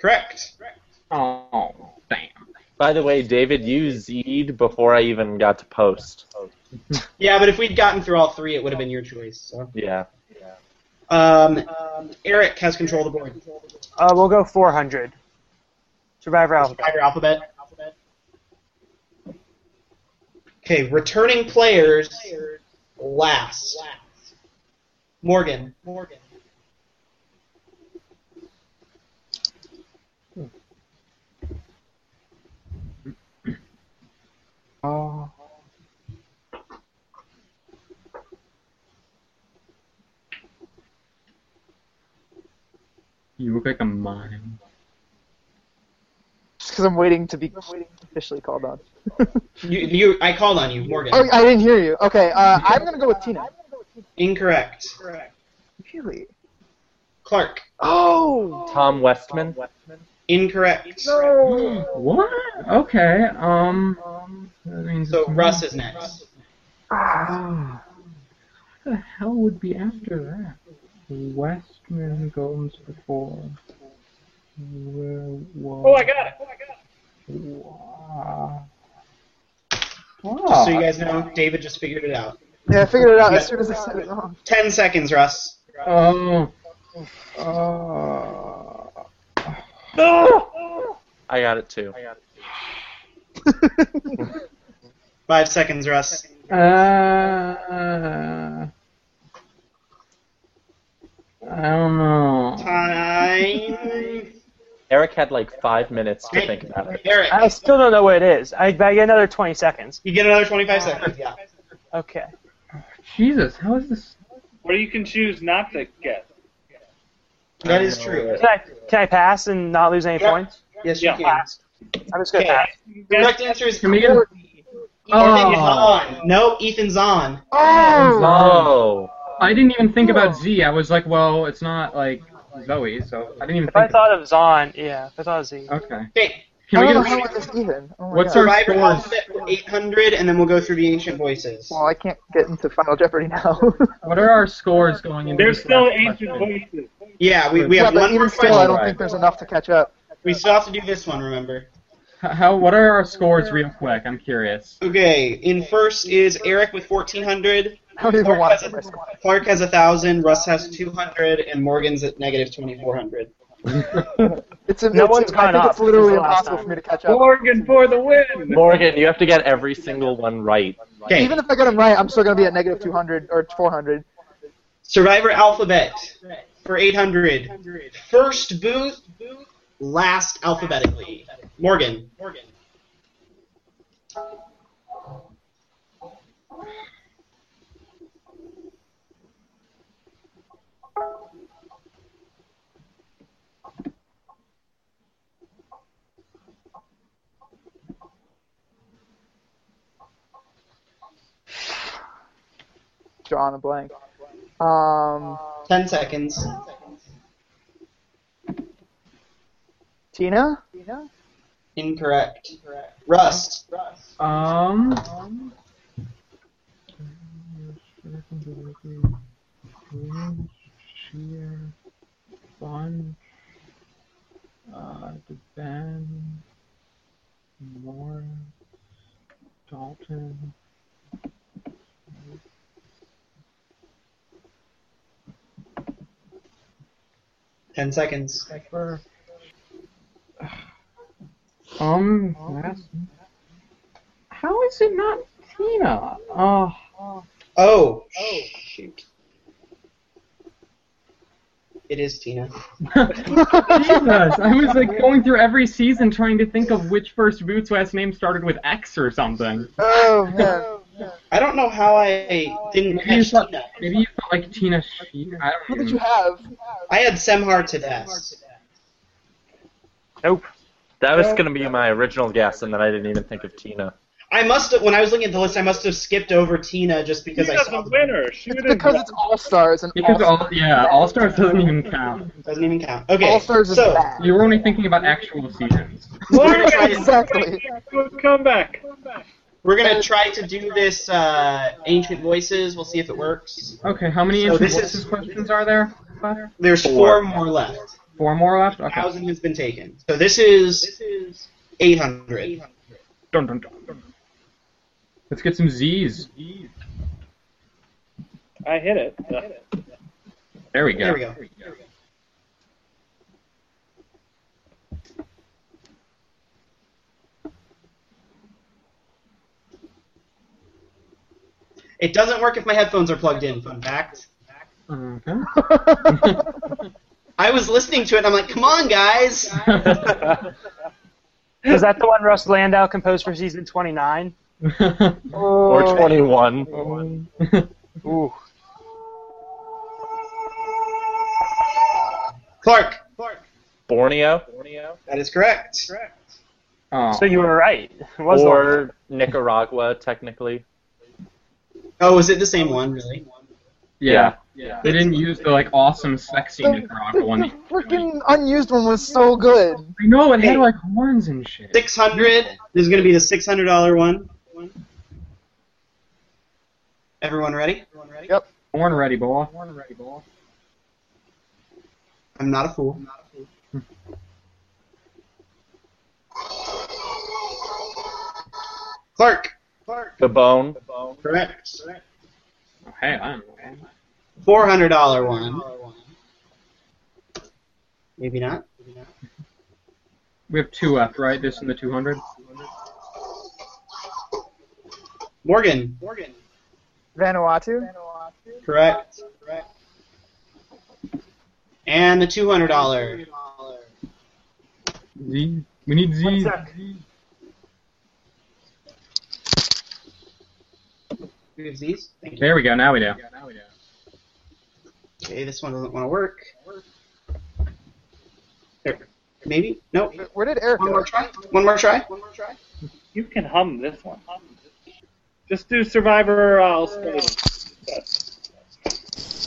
Speaker 2: Correct.
Speaker 4: Oh, damn.
Speaker 7: By the way, David, you Z'd before I even got to post.
Speaker 2: Yeah, but if we'd gotten through all three, it would have been your choice. So,
Speaker 7: Yeah.
Speaker 2: um, Eric has control of the board.
Speaker 6: Uh, we'll go 400. Survivor Alphabet.
Speaker 2: Survivor alphabet. Okay, returning players last. Morgan. Morgan. uh,
Speaker 4: Oh. You look like a mime.
Speaker 5: (laughs) just because I'm waiting to be officially called on.
Speaker 2: You, you, I called on you, Morgan.
Speaker 5: Oh, I didn't hear you. Okay, uh, I'm gonna go with Tina.
Speaker 2: Incorrect.
Speaker 5: Really?
Speaker 2: Clark.
Speaker 5: Oh
Speaker 7: Tom Westman.
Speaker 2: Incorrect.
Speaker 5: no!
Speaker 4: What? Okay. Um. That means
Speaker 2: So
Speaker 4: it's me.
Speaker 2: Russ is next.
Speaker 5: Ah.
Speaker 4: What the hell would be after that? Westman goes before. Where was?
Speaker 1: Oh, I got it. Oh, I got
Speaker 4: Wow.
Speaker 2: Just so you guys know, David just figured it out.
Speaker 5: Yeah, I figured it out as soon as I said it wrong.
Speaker 2: Ten seconds, Russ.
Speaker 4: Oh. Oh.
Speaker 7: No! I got it too.
Speaker 2: Five seconds, Russ.
Speaker 4: Uh, I don't know.
Speaker 2: Time.
Speaker 7: Eric had like five minutes to think about it.
Speaker 2: Eric.
Speaker 6: I still don't know what it is. I, but I get another 20 seconds.
Speaker 2: You get another 25 seconds. Yeah.
Speaker 6: Okay.
Speaker 4: Jesus, how is this?
Speaker 1: it. Or you can choose not to guess.
Speaker 2: That is true.
Speaker 6: Can I, can I pass and not lose any
Speaker 2: Yeah.
Speaker 6: points?
Speaker 2: Yes, you
Speaker 1: Yeah.
Speaker 2: can.
Speaker 6: I'm just going
Speaker 2: Okay.
Speaker 6: to pass.
Speaker 2: The correct answer is
Speaker 4: Can we get a-
Speaker 2: Courtney. Ethan is
Speaker 4: Oh.
Speaker 2: on. No, Ethan's on.
Speaker 5: Oh!
Speaker 7: Oh. (laughs)
Speaker 4: I didn't even think about Z. I was like, well, it's not like Zoe, so I didn't even
Speaker 6: If I
Speaker 4: think.
Speaker 6: thought of Zahn, yeah, if I thought of Z.
Speaker 4: Of okay.
Speaker 2: Okay,
Speaker 5: I
Speaker 4: Can we
Speaker 5: don't know
Speaker 4: get?
Speaker 5: how
Speaker 4: A,
Speaker 5: it is even. Oh my
Speaker 4: What's
Speaker 5: God.
Speaker 4: our-
Speaker 2: Survivor
Speaker 4: scores.
Speaker 2: Alphabet for 800, and then we'll go through the Ancient Voices.
Speaker 5: Well, I can't get into Final Jeopardy now.
Speaker 4: what are our scores going into?
Speaker 1: There's
Speaker 4: this
Speaker 1: still
Speaker 4: last
Speaker 1: ancient
Speaker 4: question?
Speaker 1: voices.
Speaker 2: Yeah, we, we
Speaker 5: (laughs) yeah,
Speaker 2: have
Speaker 5: but
Speaker 2: one more
Speaker 5: even still, I
Speaker 2: question.
Speaker 5: don't think there's enough to catch up.
Speaker 2: We still have to do this one, remember?
Speaker 4: H- How? What are our scores, real quick? I'm curious.
Speaker 2: Okay, in first is Eric with 1400,
Speaker 5: I don't even
Speaker 2: Clark
Speaker 5: want
Speaker 2: has,
Speaker 5: to put my score.
Speaker 2: Clark has 1000, Russ has 200, and Morgan's at negative 2400.
Speaker 5: It's, a,
Speaker 6: No
Speaker 5: it's,
Speaker 6: one's
Speaker 5: I
Speaker 6: gone
Speaker 5: think
Speaker 6: up
Speaker 5: it's literally
Speaker 6: since the last
Speaker 5: impossible
Speaker 6: time.
Speaker 5: for me to catch up.
Speaker 1: Morgan for the win.
Speaker 7: Morgan, you have to get every single one right.
Speaker 2: Okay.
Speaker 5: Even if I get them right, I'm still going to be at negative 200 or 400.
Speaker 2: Survivor Alphabet for 800. First booth, last alphabetically. Morgan. Morgan.
Speaker 5: Drawing a blank. Um,
Speaker 2: 10 seconds.
Speaker 5: Tina?
Speaker 2: Incorrect. Rust.
Speaker 4: Um. One. Uh, Ben. Moore. Dalton.
Speaker 2: Ten seconds.
Speaker 4: Um, that's- how is it not Tina? (laughs) Oh,
Speaker 2: Oh. Shoot. It is Tina.
Speaker 4: Jesus! I was like going through every season trying to think of which first boots last name started with X or something.
Speaker 5: (laughs) Oh, man.
Speaker 2: I don't know how I didn't
Speaker 4: Maybe you
Speaker 2: catch
Speaker 4: thought-
Speaker 2: Tina.
Speaker 4: Maybe you felt like Tina. Sheehan. I
Speaker 5: What
Speaker 4: don't
Speaker 5: did you
Speaker 4: even,
Speaker 5: have?
Speaker 2: I had Semhar Tedesque.
Speaker 7: Nope. That was going to be my original guess, and then I didn't even think of Tina.
Speaker 2: I must have, when I was looking at the list, I must have skipped over Tina just because I
Speaker 1: Tina's
Speaker 2: saw
Speaker 1: the
Speaker 2: it.
Speaker 1: winner. She
Speaker 5: It's
Speaker 1: didn't
Speaker 5: because it's All Stars, and
Speaker 4: because
Speaker 5: All,
Speaker 4: all yeah, All Stars doesn't even count.
Speaker 2: Doesn't even count. Okay.
Speaker 5: All Stars is
Speaker 2: so,
Speaker 5: bad.
Speaker 4: You were only thinking about actual seasons. (laughs)
Speaker 2: Morgan.
Speaker 5: exactly.
Speaker 1: Good comeback.
Speaker 2: We're gonna try to do this uh, ancient voices. We'll see if it works.
Speaker 4: Okay, how many
Speaker 2: So
Speaker 4: ancient
Speaker 2: this is-
Speaker 4: voices questions are there? Claire?
Speaker 2: There's four, more left.
Speaker 4: Four more left. Okay.
Speaker 2: Thousand has been taken. So this is 800.
Speaker 4: Dun, dun, dun, dun. Let's get some Z's.
Speaker 1: I hit it.
Speaker 4: There we go.
Speaker 2: There we go. It doesn't work if my headphones are plugged in. Fun fact.
Speaker 4: Okay.
Speaker 2: I was listening to it. and I'm like, come on, guys.
Speaker 6: Was that the one Russ Landau composed for season 29?
Speaker 7: Or
Speaker 5: Oh.
Speaker 7: 21.
Speaker 6: Ooh.
Speaker 2: Clark. Clark.
Speaker 7: Borneo.
Speaker 2: That is correct.
Speaker 4: (laughs) oh.
Speaker 6: So you were right. It was the one.
Speaker 7: Or Nicaragua, technically.
Speaker 2: Oh, is it the same one? Really?
Speaker 4: yeah. yeah. They didn't use the like awesome sexy
Speaker 5: The-
Speaker 4: Nicaragua one.
Speaker 5: the freaking unused one was so good.
Speaker 4: I know it had
Speaker 2: Hey.
Speaker 4: like horns and shit.
Speaker 2: Six hundred. This is gonna be the six hundred dollar one. Everyone ready? Everyone ready?
Speaker 5: Yep.
Speaker 4: Born ready, boy.
Speaker 2: I'm not a fool. Clark. Clark.
Speaker 7: Gabon.
Speaker 2: Correct.
Speaker 4: Hey, I'm.
Speaker 2: Four hundred dollar one. Maybe not. Maybe not.
Speaker 4: We have two left, right? This and the 200.
Speaker 2: Morgan. Morgan.
Speaker 5: Vanuatu?
Speaker 2: Correct. Correct. And the two hundred dollar.
Speaker 4: Z. We need Z.
Speaker 2: We have these. Thank you.
Speaker 4: There we go. Now we do.
Speaker 2: Okay, this one doesn't want to work. There. Maybe. Nope.
Speaker 5: Where did Eric
Speaker 2: One
Speaker 5: go?
Speaker 2: more try. One more try. One more try.
Speaker 1: You can hum this one. Just do Survivor uh, All Stars.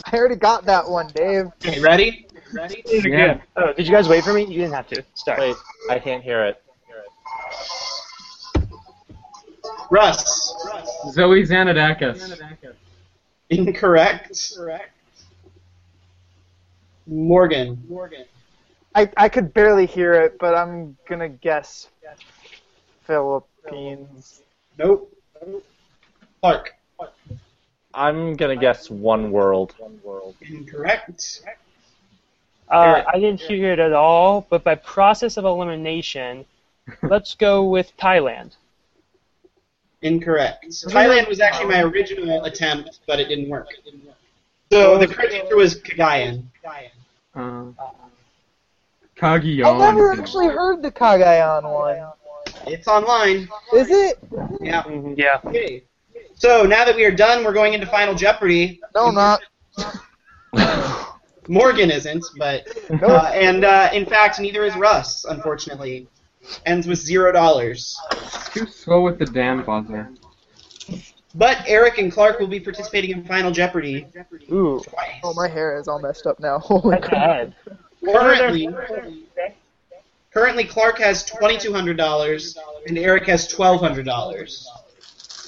Speaker 5: I already got that one, Dave.
Speaker 2: Okay, ready? Ready?
Speaker 1: Do it again.
Speaker 6: Oh, did you guys wait for me? You didn't have to. Sorry.
Speaker 7: Wait, I can't hear it.
Speaker 2: Russ.
Speaker 4: Zoe Xanadakis.
Speaker 2: Incorrect. Correct. Morgan. Morgan.
Speaker 5: I, I could barely hear it, but I'm gonna guess Philippines.
Speaker 2: Nope. Clark.
Speaker 7: I'm going to guess One World.
Speaker 2: Incorrect.
Speaker 6: Uh,
Speaker 2: Eric.
Speaker 6: I didn't hear it at all, but by process of elimination, let's go with Thailand.
Speaker 2: Incorrect. Thailand was actually my original attempt, but it didn't work. So the correct answer was Cagayan.
Speaker 4: Uh,
Speaker 5: I
Speaker 4: Kageon.
Speaker 5: never
Speaker 4: (laughs)
Speaker 5: actually heard the Kagayan one.
Speaker 2: It's online.
Speaker 5: Is it?
Speaker 2: Yeah.
Speaker 6: Yeah.
Speaker 2: Okay. So now that we are done, we're going into Final Jeopardy.
Speaker 5: No, not.
Speaker 2: Morgan isn't, (laughs) but uh, and uh, in fact, neither is Russ. Unfortunately, ends with zero dollars.
Speaker 4: Too slow with the damn buzzer.
Speaker 2: But Eric and Clark will be participating in Final Jeopardy
Speaker 6: Ooh.
Speaker 2: twice.
Speaker 5: Oh, my hair is all messed up now. Holy
Speaker 6: That's
Speaker 5: crap.
Speaker 6: bad.
Speaker 2: Currently, currently Clark has twenty-two hundred dollars and Eric has twelve hundred dollars.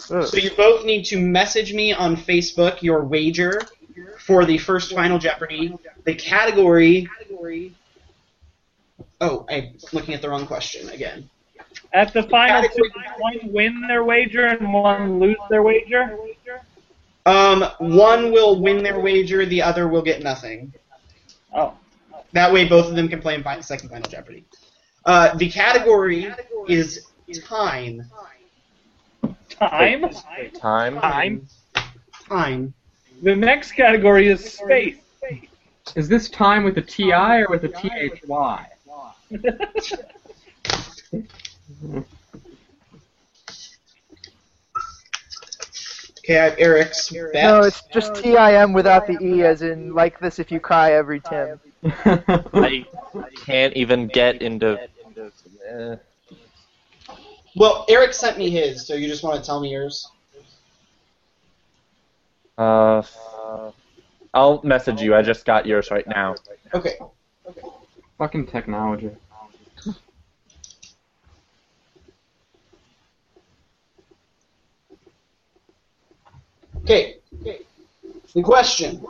Speaker 2: So you both need to message me on Facebook your wager for the first Final Jeopardy. The category. Oh, I'm looking at the wrong question again.
Speaker 1: At the final two, one win their wager and one lose their wager.
Speaker 2: Um, one will win their wager, the other will get nothing.
Speaker 1: Oh,
Speaker 2: That way, both of them can play in fi- second Final Jeopardy. Uh, the category is time.
Speaker 1: time.
Speaker 7: Time.
Speaker 6: Time.
Speaker 2: Time.
Speaker 1: The next category is space.
Speaker 4: Is this time with a T I or with a T H Y?
Speaker 7: (laughs)
Speaker 4: (laughs)
Speaker 2: Okay, I have Eric's bet.
Speaker 5: No, it's just T I M without the E, as in like this if you cry every Tim.
Speaker 7: I can't even get into. Eh.
Speaker 2: Well, Eric sent me his, so you just want to tell me yours?
Speaker 7: Uh, I'll message you. I just got yours right now.
Speaker 2: Okay.
Speaker 4: Fucking technology.
Speaker 2: Okay. The question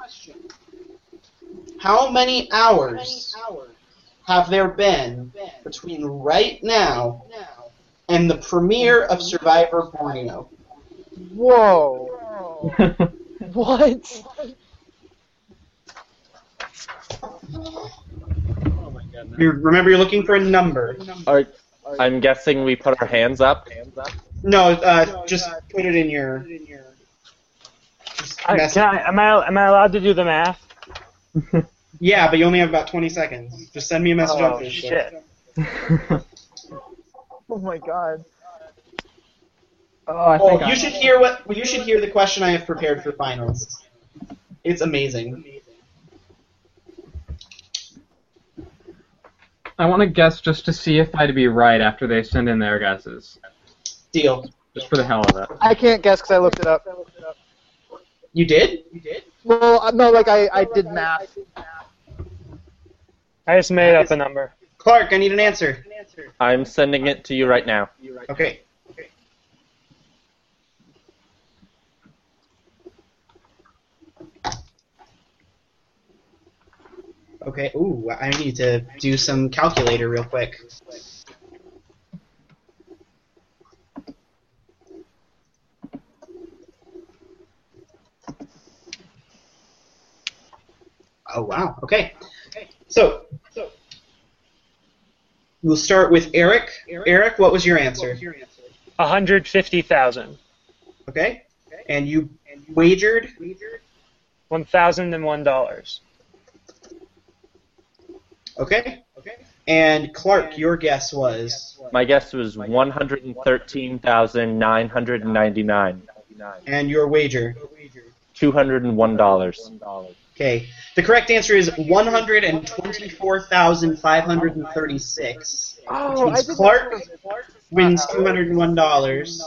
Speaker 2: How many hours have there been between right now and the premiere of Survivor Borneo?
Speaker 5: Whoa. (laughs) What?
Speaker 2: You remember, you're looking for a number.
Speaker 7: Are, (laughs) I'm guessing we put our hands up.
Speaker 2: No, uh, just put it in your. just
Speaker 6: I,
Speaker 2: mess-
Speaker 6: can I, am, I, am I allowed to do the math?
Speaker 2: yeah, but you only have about 20 seconds. Just send me a message on
Speaker 6: Oh,
Speaker 2: Facebook.
Speaker 6: shit.
Speaker 5: Oh my god. Oh, I
Speaker 2: Oh,
Speaker 5: think I-
Speaker 2: you should hear what you should hear the question I have prepared for finals. It's amazing.
Speaker 4: (laughs) I want to guess just to see if I'd be right after they send in their guesses.
Speaker 2: Deal.
Speaker 4: Just for the hell of it.
Speaker 5: I can't guess because I looked it up.
Speaker 2: You did? You did?
Speaker 5: Well, uh, no, like I, I did math.
Speaker 6: I just made up a number.
Speaker 2: Clark, I need an answer.
Speaker 7: I'm sending it to you right now.
Speaker 2: Okay. Okay. Ooh, I need to do some calculator real quick. Oh wow. Okay. So, we'll start with Eric. Eric, what was your answer?
Speaker 6: 150,000.
Speaker 2: Okay. And you wagered
Speaker 6: $1,001.
Speaker 2: Okay. And Clark, your guess was,
Speaker 7: My guess was 113,999.
Speaker 2: and your wager.
Speaker 7: $201.
Speaker 2: Okay. The correct answer is one hundred and twenty-four thousand five hundred and thirty-six.
Speaker 5: Oh, I did
Speaker 2: Clark wins two hundred and one dollars.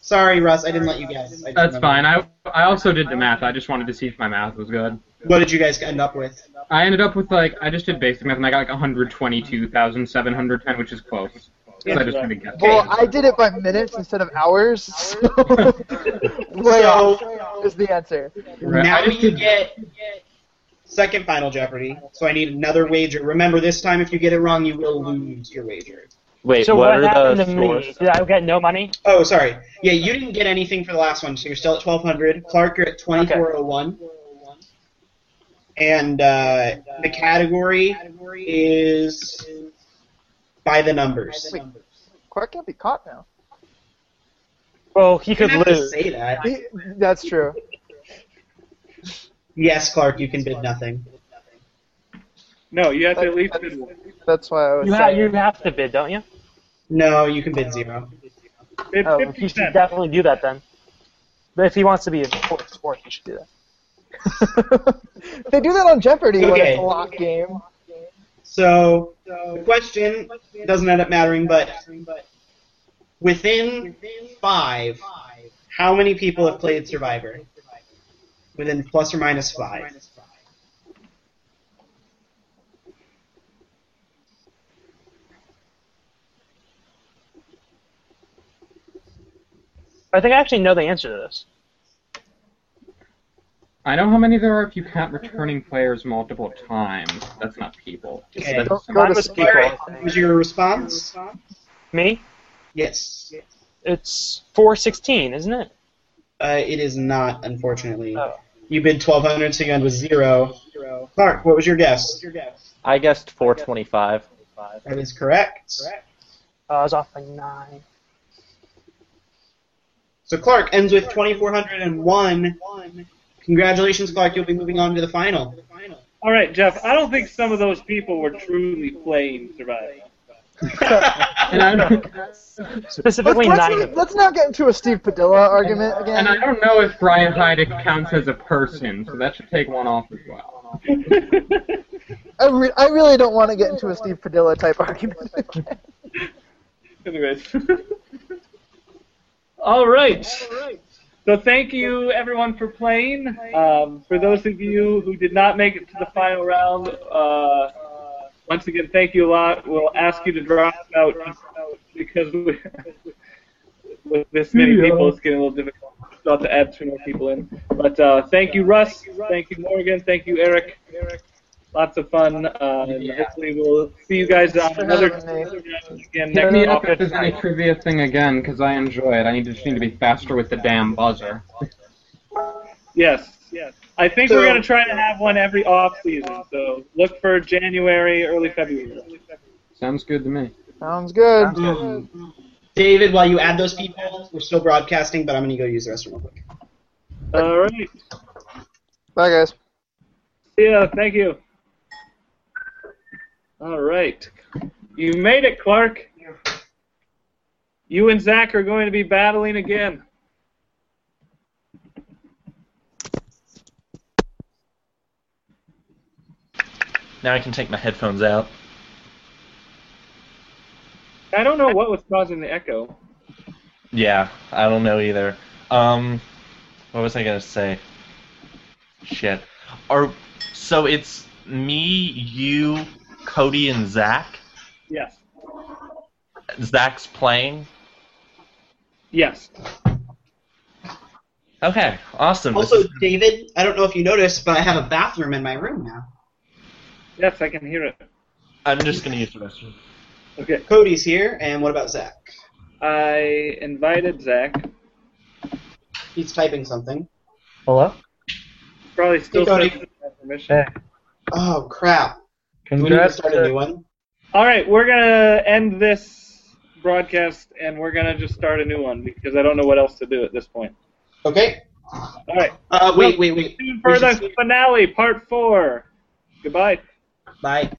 Speaker 2: Sorry, Russ, I didn't let you guess. I didn't
Speaker 4: That's
Speaker 2: remember.
Speaker 4: fine. I, I also did the math. I just wanted to see if my math was good.
Speaker 2: What did you guys end up with?
Speaker 4: I ended up with like, I just did basic math and I got like 122,710, which is close. So I just kind of guessed.
Speaker 5: Well, I did it by minutes instead of hours. (laughs) So, way off
Speaker 2: So
Speaker 5: is the answer.
Speaker 4: Right.
Speaker 2: now
Speaker 4: I just
Speaker 2: you
Speaker 4: did-
Speaker 2: get second final Jeopardy. So I need another wager. Remember, this time if you get it wrong, you will lose your wager.
Speaker 7: Wait,
Speaker 6: So
Speaker 7: what,
Speaker 6: what,
Speaker 7: are
Speaker 6: happened
Speaker 7: the
Speaker 6: to me?
Speaker 7: scores?
Speaker 6: Did I get no money?
Speaker 2: Oh, sorry. Yeah, you didn't get anything for the last one, so you're still at 1200. Clark, you're at 2401. and uh, the category is by the numbers.
Speaker 5: Wait. Quark can't be caught now.
Speaker 6: Well, he
Speaker 2: You
Speaker 6: could
Speaker 2: have to
Speaker 6: lose.
Speaker 2: say that.
Speaker 5: He- that's true.
Speaker 2: Yes, Clark, you can bid nothing.
Speaker 1: No, you have to at least bid one.
Speaker 5: That's why I was.
Speaker 6: You, ha-
Speaker 5: saying- (laughs)
Speaker 6: you have to bid, don't you?
Speaker 2: No, you can bid zero.
Speaker 1: Bid
Speaker 5: Oh,
Speaker 6: He
Speaker 1: 50
Speaker 6: should
Speaker 1: cents.
Speaker 6: definitely do that then. But if he wants to be a sport, sport he should do that.
Speaker 5: they do that on Jeopardy when
Speaker 2: Okay.
Speaker 5: it's a lock game.
Speaker 2: So the question doesn't end up mattering, but within five, how many people have played Survivor? Within plus or minus five.
Speaker 6: I think I actually know the answer to this.
Speaker 4: I know how many there are if you count returning players multiple times. That's not people.
Speaker 2: Okay.
Speaker 4: That's-
Speaker 5: Go, go
Speaker 6: Mine
Speaker 5: to
Speaker 6: was
Speaker 5: sleep.
Speaker 6: people. I
Speaker 2: What
Speaker 6: think.
Speaker 2: Was your response?
Speaker 6: Me?
Speaker 2: Yes.
Speaker 6: It's 416, isn't it?
Speaker 2: Uh, it is not, unfortunately.
Speaker 6: Oh.
Speaker 2: You bid 1200, so you end with zero. Clark, what was your guess?
Speaker 7: I guessed 425.
Speaker 2: That is correct.
Speaker 6: Uh, I was off by nine.
Speaker 2: So Clark ends with 2401. Congratulations, Clark. You'll be moving on to the final.
Speaker 1: All right, Jeff. I don't think some of those people were truly playing Survivor. (laughs)
Speaker 4: And I don't,
Speaker 6: Specifically
Speaker 5: let's,
Speaker 6: nine.
Speaker 5: let's, let's not get into a Steve Padilla argument again.
Speaker 4: and I don't know if Brian Heideck counts as a person, so that should take one off as well.
Speaker 5: I, re- I really don't want to get into a Steve Padilla type (laughs) argument.
Speaker 1: Anyways. (laughs) All right. So thank you everyone for playing. Um, for those of you who did not make it to the final round, uh, once again thank you a lot. We'll ask you to drop out because we, (laughs) with this many people, it's getting a little difficult. We'll have to add two more people in. But uh, thank you, Russ. Thank you, Morgan. Thank you, Eric. Lots of fun. Uh, and
Speaker 4: Yeah.
Speaker 1: Hopefully, we'll see you guys on
Speaker 5: Thanks for
Speaker 1: another
Speaker 5: having
Speaker 1: again
Speaker 4: Hit
Speaker 1: next
Speaker 4: me
Speaker 1: week.
Speaker 4: up if there's any trivia thing again, because I enjoy it. I need, just need to be faster with the damn buzzer.
Speaker 1: Yes, yes. I think
Speaker 2: So-
Speaker 1: we're gonna try to have one every off season. So look for January, early February.
Speaker 4: Sounds good to me.
Speaker 5: Sounds good.
Speaker 2: Um, David, while you add those people, we're still broadcasting, but I'm going to go use the restroom real quick.
Speaker 1: All right.
Speaker 5: Bye, guys.
Speaker 1: Yeah. Thank you. All right. You made it, Clark. You and Zach are going to be battling again.
Speaker 7: Now I can take my headphones out.
Speaker 1: I don't know what was causing the echo.
Speaker 7: Yeah, I don't know either. Um, what was I gonna say? Shit. Are so it's me, you, Cody, and Zach.
Speaker 1: Yes.
Speaker 7: Zach's playing.
Speaker 1: Yes.
Speaker 7: Okay, awesome. This
Speaker 2: Also,
Speaker 7: is-
Speaker 2: David, I don't know if you noticed, but I have a bathroom in my room now.
Speaker 1: Yes, I can hear it.
Speaker 7: I'm just gonna use the restroom.
Speaker 1: Okay.
Speaker 2: Cody's here, and what about Zach?
Speaker 1: I invited Zach.
Speaker 2: He's typing something.
Speaker 7: Hello.
Speaker 1: Probably still
Speaker 2: Cody.
Speaker 1: says he doesn't have permission.
Speaker 2: Oh, crap. Do we need to start a new one?
Speaker 1: All right, we're gonna end this broadcast and we're gonna just start a new one because I don't know what else to do at this point.
Speaker 2: Okay.
Speaker 1: All right,
Speaker 2: Uh, wait, wait, wait.
Speaker 1: tune for
Speaker 2: We
Speaker 1: the
Speaker 2: should-
Speaker 1: finale, part four. Goodbye.
Speaker 2: Bye.